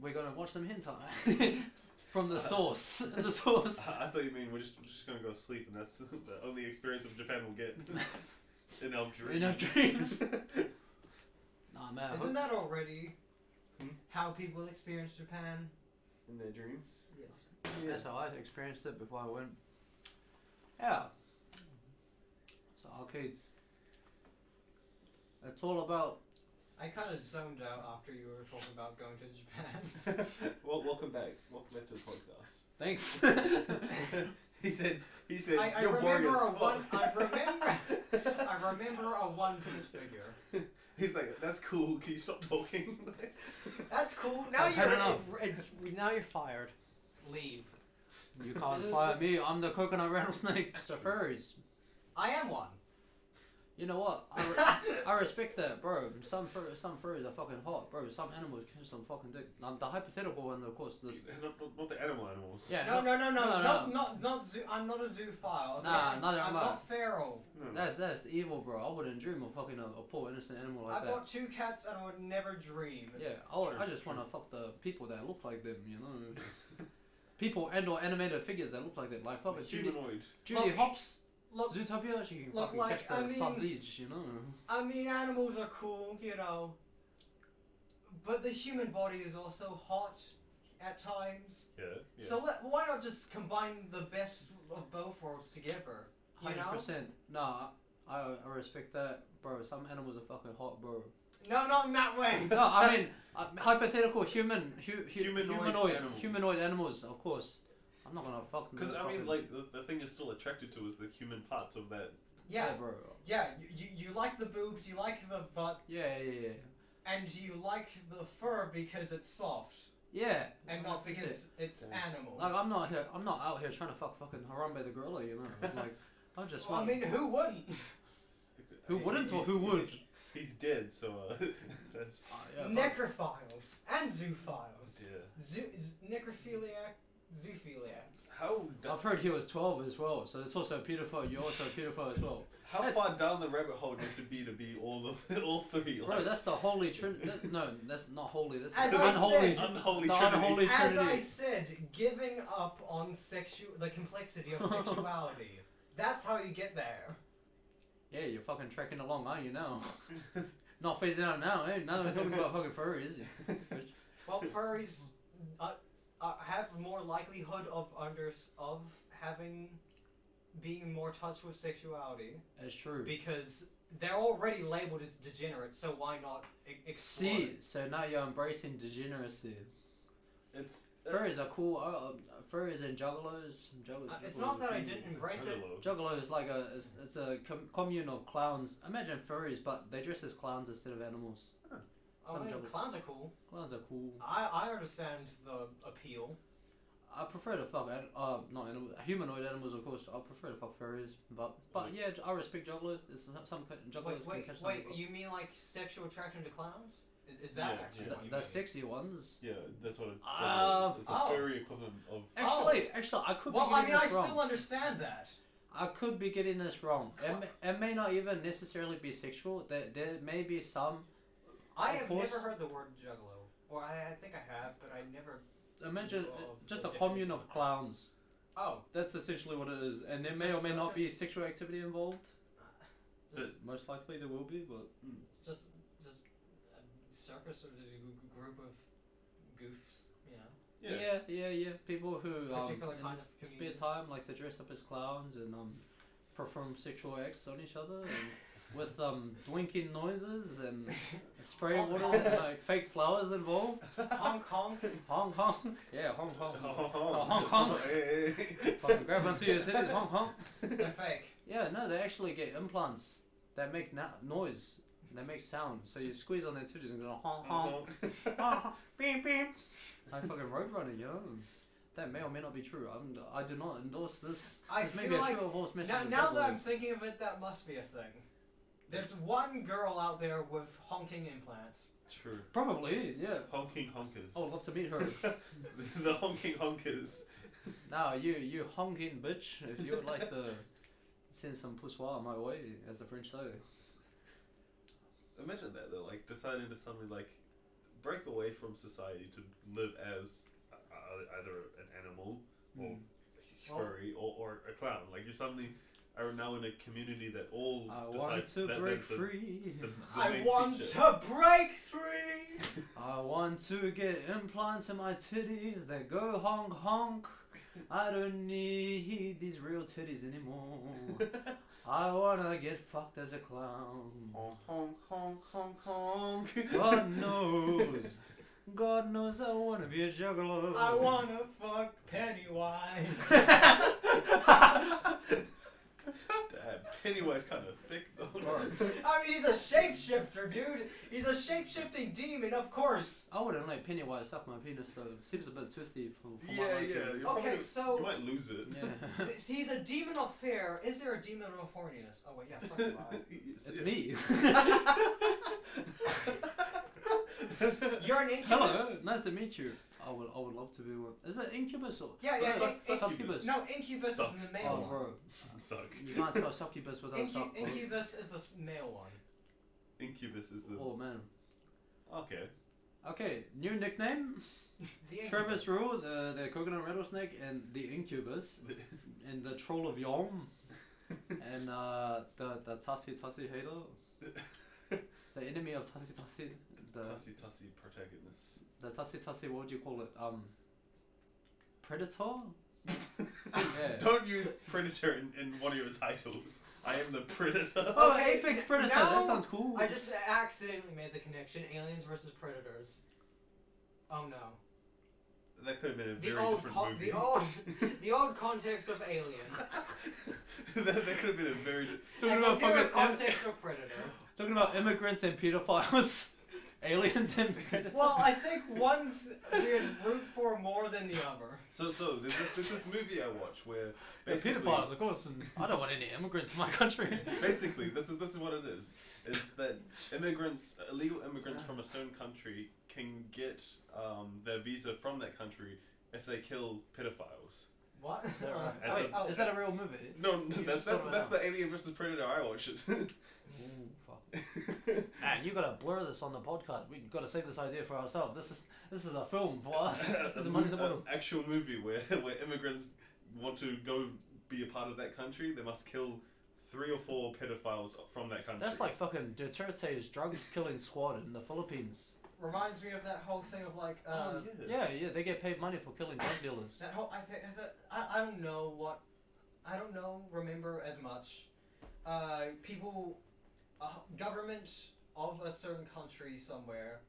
A: We're going to watch some hentai. From the source. In the source.
C: I I thought you mean we're just, we're just gonna go to sleep, and that's the only experience of Japan we'll get in our dreams.
A: In our dreams. Nah, man. I hope-
B: Isn't that already
C: Hmm?
B: how people experience Japan?
C: In their dreams.
B: Yes.
A: That's how I experienced it before I went. Yeah. So arcades. It's all about
B: I kind of zoned out after you were talking about going to Japan.
C: well, welcome back. Welcome back to the podcast.
A: Thanks.
D: he said. He said.
B: I- I
D: You're boring
B: remember
D: as
B: a one-
D: fuck."
B: I remember- I remember a One Piece figure.
D: He's like, that's cool. Can you stop talking?
B: That's cool. Now
A: I've had
B: you're
A: enough.
B: now you're fired. Leave.
A: You can't fire me. I'm the coconut rattlesnake. So furries.
B: I am one.
A: You know what? I, re- I respect that, bro. Some fur- some furries are fucking hot, bro. Some animals kiss some fucking dick. Um, the hypothetical one, of course. This.
C: not, not, not the animal animals.
A: Yeah.
B: No, no, no, no,
A: no, no.
B: Not, not, not zoo. I'm not a zoophile. Okay?
A: Nah, neither
B: I'm
A: am I.
B: not feral.
C: No, no.
A: That's that's evil, bro. I wouldn't dream of fucking a, a poor innocent animal like
B: I've
A: that.
B: got two cats and I would never dream.
A: Yeah, I, would- I
C: Sure,
A: just
C: sure.
A: want to fuck the people that look like them, you know. people and or animated figures that look like them, like fucking Judy,
C: humanoid.
A: Judy
B: Look-
A: Hopps,
B: Look,
A: Zootopia. She can
B: look
A: fucking
B: like-
A: catch the
B: I mean-
A: sausage, you know.
B: I mean, animals are cool, you know. But the human body is also hot at times.
C: Yeah. yeah.
B: So let, why not just combine the best of both worlds together? You
A: Hundred
B: know?
A: percent. Nah, I, I respect that, bro. Some animals are fucking hot, bro.
B: No, not in that way.
A: No, I mean uh, hypothetical human, hu- hu-
C: Humanoid
A: humanoid, humanoid
C: animals.
A: animals. of course. I'm not gonna fuck.
C: Because
A: no
C: I mean,
A: fucking-
C: like the, the thing you're still attracted to is the human parts of that.
B: Yeah,
A: bro.
B: yeah. You, you, you like the boobs, you like the butt,
A: Yeah, yeah, yeah.
B: and you like the fur because it's soft,
A: Yeah.
B: and not because it's
C: Yeah.
B: animal.
A: Like I'm not here. I'm not out here trying to fuck fucking Harambe the gorilla. You know, It's like I just
B: Well, I
A: want.
B: mean, who wouldn't?
A: who wouldn't or who would?
C: He's dead, so uh, that's
A: Uh, yeah, but-
B: necrophiles and zoophiles.
C: yeah.
B: Zoo, z- necrophiliac, zoophiliacs.
C: How da-
A: I've heard he was 12 as well, so it's also pedophile. You're also a pedophile as well,
C: how
A: that's-
C: far down the rabbit hole do you have to be to be all the all three?
A: bro.
C: Like,
A: That's the holy trinity. That, no, that's not holy. That's
B: As
A: the
B: I
A: unholy.
B: said-
C: unholy
A: the
C: trinity.
A: unholy
B: As I
A: trinity.
B: said, giving up on sexu- the complexity of sexuality. That's how you get there.
A: Yeah, you're fucking trekking along, aren't you now? not phasing out now, eh? Now we're talking about fucking furries.
B: Well, furries uh, uh, have more likelihood of under of having being more touch with sexuality
A: That's true.
B: because they're already labeled as degenerates. So why not e- explore?
A: See,
B: it?
A: so now you're embracing degeneracy.
C: It's
A: Furries are cool. Uh, uh, furries and juggalos. Juggalos.
B: Uh, it's
A: juggalos
B: not
A: are
B: that I
A: cool.
B: didn't
C: it's a
B: embrace it.
C: juggalo.
A: Juggalo is like a it's, it's a com- commune of clowns. Imagine furries, but they dress as clowns instead of animals.
B: Oh,
A: Some
B: yeah,
A: juggle-
B: clowns are cool.
A: Clowns are cool.
B: I, I understand the appeal.
A: I prefer to fuck an- uh not animals, humanoid animals of course. I prefer to fuck furries, but but yeah, I respect juggalos. It's some- some kind- juggalos
B: Wait, wait,
A: can catch
B: wait.
A: some.
B: You mean like sexual attraction to clowns? Is, is that
C: Yeah,
B: actually
C: yeah.
B: what
A: the,
B: you
A: the
B: mean?
A: sexy ones.
C: Yeah, that's what a juggalo
A: Uh,
C: is. It's a
B: oh.
C: furry equivalent of.
A: Actually, actually, I could
B: Well,
A: be
B: I
A: getting
B: mean, I
A: this wrong.
B: still understand that.
A: I could be getting this wrong. It,
B: Cl-
A: may- it may not even necessarily be sexual. There, there may be some.
B: I
A: Of
B: have
A: course.
B: never heard the word juggalo. Or I, I think I have, but I never.
A: Imagine
B: Well,
A: uh, just
B: the
A: a commune
B: definition
A: of
B: of-
A: clowns.
B: Oh,
A: That's essentially what it is, and there may
B: Just
A: or may not be
B: circus?
A: sexual activity involved.
B: just,
A: Most likely there will be, but
B: just, just a circus or just a g- group of goofs, you know.
A: yeah,
C: Yeah.
A: yeah, yeah. People who um, in
B: Particular kinds
A: their
B: of
A: spare
B: comedians.
A: time like to dress up as clowns and um, perform sexual acts on each other and with um, dwinking noises and spray
B: Honk,
A: water
B: honk.
A: and like fake flowers involved.
B: Hong Kong.
A: Hong Kong, yeah, Hong Kong.
C: Hong
A: Oh,
C: Kong.
A: Hong Kong.
C: Hey, hey, hey.
A: Fucking grab onto your titties, Hong Kong.
B: They're fake.
A: Yeah, no, they actually get implants that make na- noise. They make sound, so you squeeze on their titties and go honk honk. beep beep. I fucking roadrunner, yo. That may or may not be true. I'm, I do not endorse this.
B: I
A: this may
B: feel
A: be a
B: like-
A: true or false message.
B: Now,
A: of
B: now that I'm
A: Juggalos.
B: thinking of it, that must be a thing. There's one girl out there with honking implants.
C: True.
A: probably, yeah.
C: Honking honkers.
A: I would Oh, love to meet her.
C: the honking honkers.
A: now you, you honking bitch, if you would like to send some poussoir my way, as the French say.
C: Imagine that they're like deciding to suddenly like break away from society to live as uh, either an animal or
B: Well-
C: furry or, or a clown. Like you suddenly are now in a community that all
A: I want
C: decides
A: to
C: that
A: break
C: that's the-
A: free.
C: the- the
B: I
C: main
B: want
C: feature.
B: to break free!
A: I want to get implants in my titties that go honk honk. I don't need these real titties anymore. I wanna get fucked as a clown.
C: Honk, honk, honk, honk, honk.
A: God knows. God knows I wanna be a juggler.
B: I wanna fuck Pennywise.
C: Damn, Pennywise kind of thick though.
A: Alright.
B: I mean, he's a shapeshifter, dude. He's a shapeshifting demon, of course.
A: I wouldn't let Pennywise suck my penis though. It seems a bit toothy for, for my
C: yeah, yeah.
A: liking.
C: you're
B: Okay,
C: probably-
B: so-
C: you might lose it.
A: Yeah.
B: Is- He's a demon of fear. Is there a demon of horniness? Oh wait, yeah, suck a lot.
C: Yes,
A: it's
C: yeah.
A: me.
B: You're an
A: Hello,
B: incubus.
A: nice to meet you. I would, I would love to be one. Is it incubus or
B: Yeah, yeah,
A: Suc-
B: yeah, yeah.
A: succubus?
B: No, incubus
C: Suck.
B: is the
A: Oh,
B: male
A: bro,
C: Suck.
A: you can't spell succubus without
B: one.
A: suck. bro.
B: Incu- incubus is the s- male one.
C: Incubus is the.
A: Oh man.
C: Okay.
A: Okay, new nickname:
B: The incubus.
A: Travis Rule, the the coconut rattlesnake, and the incubus, and the troll of Yom, and uh, the the Tassi Tassi hater, the enemy of Tassi Tassi, the
C: Tussy Tussy protagonist.
A: the Tassi Tassi. What would you call it? Um, predator. Yeah.
C: Don't use predator in, in one of your titles. I am the predator.
A: Oh,
B: Okay,
A: Apex
B: n-
A: Predator.
B: now
A: that sounds cool.
B: I just accidentally made the connection: aliens versus predators. Oh no.
C: That could have been a
B: The
C: very
B: old,
C: different
B: con-
C: movie.
B: the old, the old context of alien.
C: that, that could have been a very.
A: talking
B: and
A: about
B: the newer
A: fucking im-
B: context of predator.
A: talking about immigrants and pedophiles, aliens and predators.
B: Well, I think one's we'd root for more than the other.
C: So so there's this, there's this movie I watch where
A: Yeah,
C: basically
A: pedophiles, of course. And I don't want any immigrants in my country.
C: basically this is this is what it is is that immigrants illegal immigrants from a certain country can get um, their visa from that country if they kill pedophiles.
B: What?
A: that right?
B: Oh,
C: As
B: wait,
C: a-
B: oh,
A: Is that a real movie?
C: No,
A: You
C: that's
A: just don't
C: that's,
A: know.
C: that's the Alien versus Predator. I watch it.
A: Ooh, fuck. Man, you gotta blur this on the podcast. We gotta save this idea for ourselves. This is this is a film for us. This is money in the
C: An
A: bottle.
C: Uh, actual movie where where immigrants want to go be a part of that country, they must kill three or four pedophiles from that country.
A: That's like fucking Duterte's drug killing squad in the Philippines.
B: reminds me of that whole thing of like. Uh,
C: oh, yeah.
A: Yeah, yeah, they get paid money for killing drug dealers.
B: That whole I think is that I, I don't know what I don't know remember as much. Uh, people, uh, government of a certain country somewhere,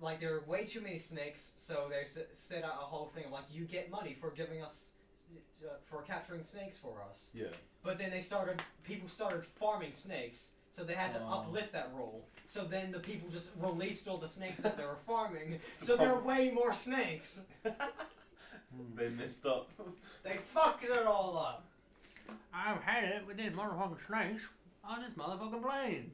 B: like there are way too many snakes, so they s- set out a whole thing of like you get money for giving us uh, for capturing snakes for us.
C: yeah.
B: But then they started people started farming snakes. So they had to
A: Wow.
B: uplift that rule. So then the people just released all the snakes that they were farming. So there are way more snakes.
C: They messed up.
B: They fucked it all up.
A: I've had it with these motherfucking snakes on this motherfucking plane.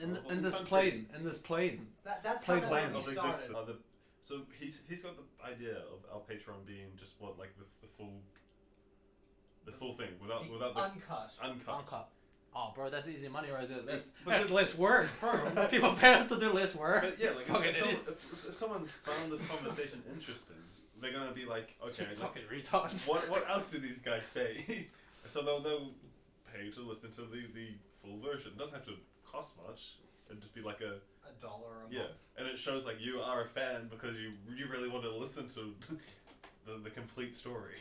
A: In, th- in this plane, in this plane.
B: That, that's
A: Played
B: how
A: Land
B: that
A: of
B: movie
C: Of
B: started.
C: existence. Uh, the- so he's he's got the idea of our Patreon being just what like the, the full, the full thing without
B: The
C: without the
B: uncut.
C: uncut.
A: Bunker. Oh, bro, that's easy money right there. That's,
C: But
A: that's
C: this-
A: less work, bro. People pay us to do less work.
C: But yeah, like if,
A: Fucking
C: if, someone,
A: idiots.
C: if, if someone's found this conversation interesting, they're gonna be like, okay, like,
A: fucking retards.
C: what what else do these guys say? so they'll they'll pay to listen to the the full version. It doesn't have to cost much. It'd just be like a
B: A dollar a
C: yeah,
B: month.
C: and it shows like you are a fan because you you really want to listen to the, the complete story.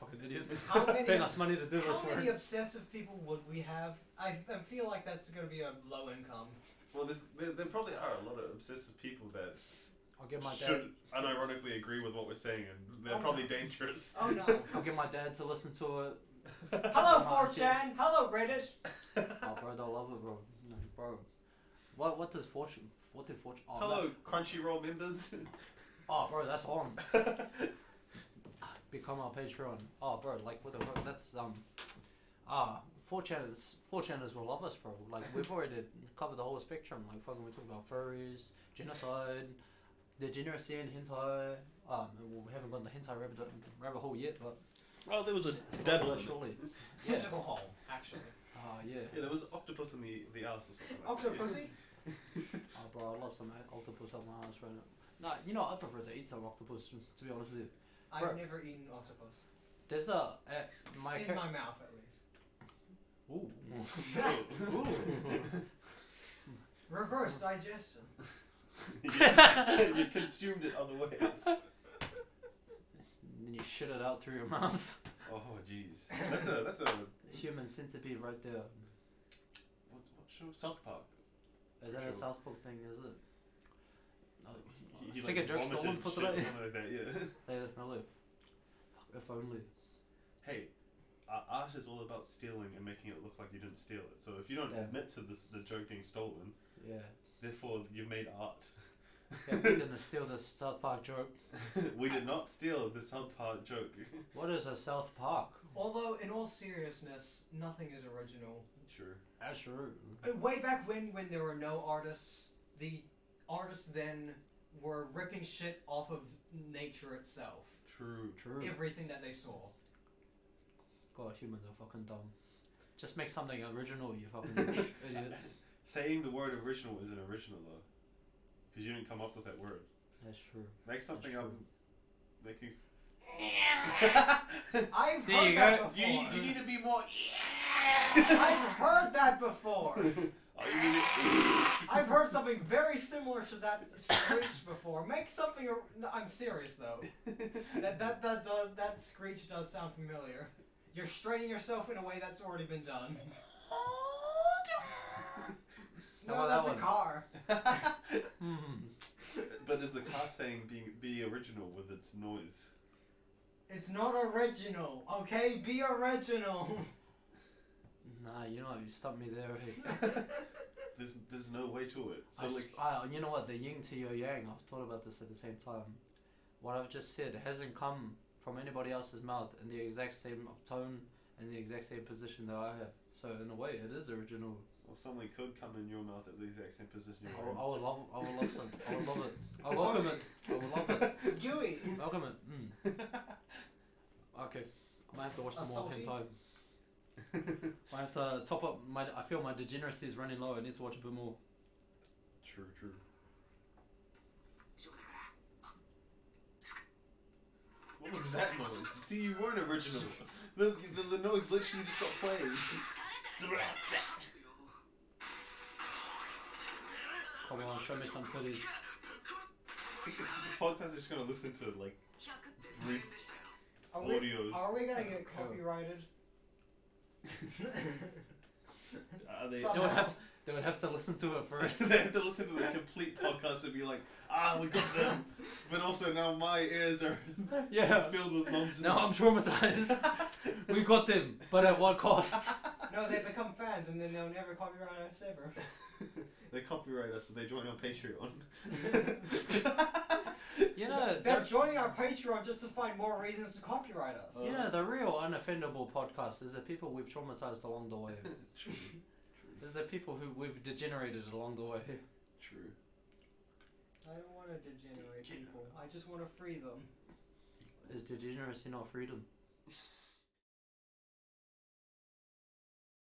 A: Fucking idiots.
B: How many
A: Paying
B: of-
A: us money to do this
B: How many
A: work.
B: obsessive people would we have? I, I feel like that's going to be a low income.
C: Well, there's, there there probably are a lot of obsessive people that
A: I'll get my dad.
C: should unironically agree with what we're saying, and they're
B: Oh,
C: probably
B: no.
C: dangerous.
B: Oh no.
A: I'll get my dad to listen to it.
B: Hello
A: Oh,
B: 4chan. Hello Reddit.
A: Oh, bro, they'll love it, bro. No, bro. What what does fortune? What did fortune? Oh,
C: Hello,
A: that-
C: Crunchyroll members.
A: oh, bro, that's on. Become our Patreon. Oh, bro, like what the fuck? That's um. Ah, four channels. Four channels will love us, bro. Like we've already covered the whole spectrum. Like fucking, we talked about furries, genocide, degeneracy, and hentai. Um, well, we haven't gotten the hentai rabbit rabbit hole yet, but
E: Well, there was a
A: it's not
E: devil. in it.
A: surely. Yeah.
B: Tentacle Hall, actually.
A: Ah, yeah.
C: yeah, there was octopus in the the ass or something. Like
B: Octopussy?
A: Oh, bro, I love some octopus on my ass right now. Nah, you know, I prefer to eat some octopus, to be honest with you. Bro.
B: I've never eaten octopus.
A: There's a. Uh, my.
B: In
A: char-
B: my mouth, at least.
A: Ooh.
C: that.
A: Ooh.
B: Reverse digestion.
C: you, you consumed it other ways.
A: And then you shit it out through your mouth.
C: Oh, jeez. That's a that's a what,
A: Human centipede right there.
C: what show? South Park.
A: Is that
C: Sure.
A: a South Park thing? Is it? Oh,
C: He- he,
A: sick
C: like,
A: of jokes
C: vomited
A: stolen for
C: and shit or
A: today.
C: something like that, yeah.
A: They definitely. Fuck, If only.
C: hey, uh, art is all about stealing and making it look like you didn't steal it. So if you don't
A: Yeah.
C: admit to this, the joke being stolen,
A: Yeah.
C: therefore you've made art.
A: yeah we didn't steal this South Park joke.
C: we did not steal the South Park joke.
A: What is a South Park?
B: Although, in all seriousness, nothing is original.
C: Sure.
A: That's true.
B: Uh, Way back when, when there were no artists, the artists then were ripping shit off of nature itself.
C: True.
A: True.
B: Everything that they saw.
A: God, humans are fucking dumb. Just make something original, you fucking idiot.
C: Saying the word original isn't original though, because you didn't come up with that word.
A: That's true.
C: Make something
A: That's
C: up.
A: true.
C: Making. S-
B: I've
A: There
B: heard
A: you
B: that
A: go.
B: before.
C: you, you need to be more.
B: I've heard that before.
C: Oh, you need to-
B: I've heard something very similar to that screech before. Make something. or- No, I'm serious though. That that that does that screech does sound familiar. You're straining yourself in a way that's already been done.
A: How about
B: No,
A: that
B: that's a
A: one?
B: car.
A: Hmm.
C: but is the car saying being be original with its noise?
B: It's not original, okay? Be original.
A: Nah, you know, you stumped me there. eh? Hey.
C: There's there's no way to it. So
A: I
C: like
A: sp- I- you know what? The yin to your yang. I've thought about this at the same time. What I've just said hasn't come from anybody else's mouth in the exact same of tone and the exact same position that I have. So in a way, it is original.
C: Well, something could come in your mouth at the exact same position
A: I, w-
C: you're in.
A: I would love. I would love some. I would love it. I welcome it. I would love it.
B: Gooey.
A: Welcome it. Mm. Okay, I might have to watch some more
B: Assaulty.
A: hentai. I have to top up my. I feel my degeneracy is running low. I need to watch a bit more.
C: True, true. What was that noise? See, you weren't original. The, the, the noise literally just stopped playing.
A: Come on, show me some footage.
C: the podcast is just gonna listen to like brief
B: Are we,
C: audios.
B: are we gonna
A: Oh,
B: get
A: cool.
B: copyrighted?
C: Are Ah, they?
A: They
B: Some-
A: would have. They would have to listen to it first.
C: they have to listen to the complete podcast and be like, ah, we got them. But also now my ears are
A: Yeah.
C: filled with nonsense.
A: No, I'm traumatized. we got them, but at what cost?
B: no, they become fans and then they'll never copyright us ever.
C: they copyright us, but they join on Patreon.
A: You know,
B: They're
A: they're,
B: joining our Patreon just to find more reasons to copyright us.
A: you know, the real unoffendable podcast is the people we've traumatized along the way.
C: True.
A: Is the people who we've degenerated along the way.
C: True.
B: I don't want to degenerate people. I just want to free them.
A: Is degeneracy not freedom?